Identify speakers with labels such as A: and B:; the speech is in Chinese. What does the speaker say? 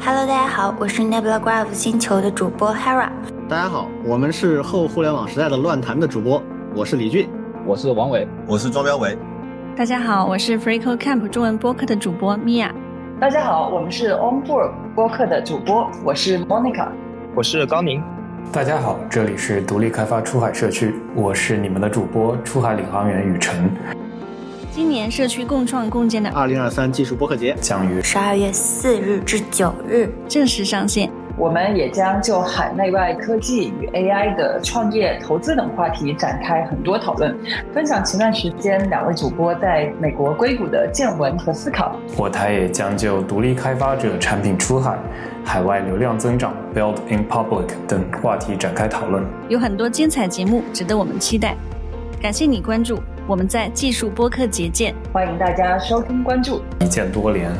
A: Hello，大家好，我是 Nebula Graph 星球的主播 Hera。
B: 大家好，我们是后互联网时代的乱谈的主播，我是李俊。
C: 我是王伟，
D: 我是庄彪伟，
E: 大家好，我是 Freecode Camp 中文播客的主播 Mia。
F: 大家好，我们是 On Board 播客的主播，我是 Monica。
G: 我是高宁。
H: 大家好，这里是独立开发出海社区，我是你们的主播出海领航员雨辰，
E: 今年社区共创共建的 App
B: 二零二三技术播客节，
H: 将于
A: 十二月四日至九日，
E: 正式上线，
F: 我们也将就海内外科技与 AI 的创业、投资等话题展开很多讨论，分享前段时间两位主播在美国硅谷的见闻和思考。
H: 我台也将就独立开发者产品出海、海外流量增长、Build in Public 等话题展开讨论。
E: 有很多精彩节目值得我们期待。感谢你关注，我们在技术播客节见。
F: 欢迎大家收听关注。
H: 一键多连，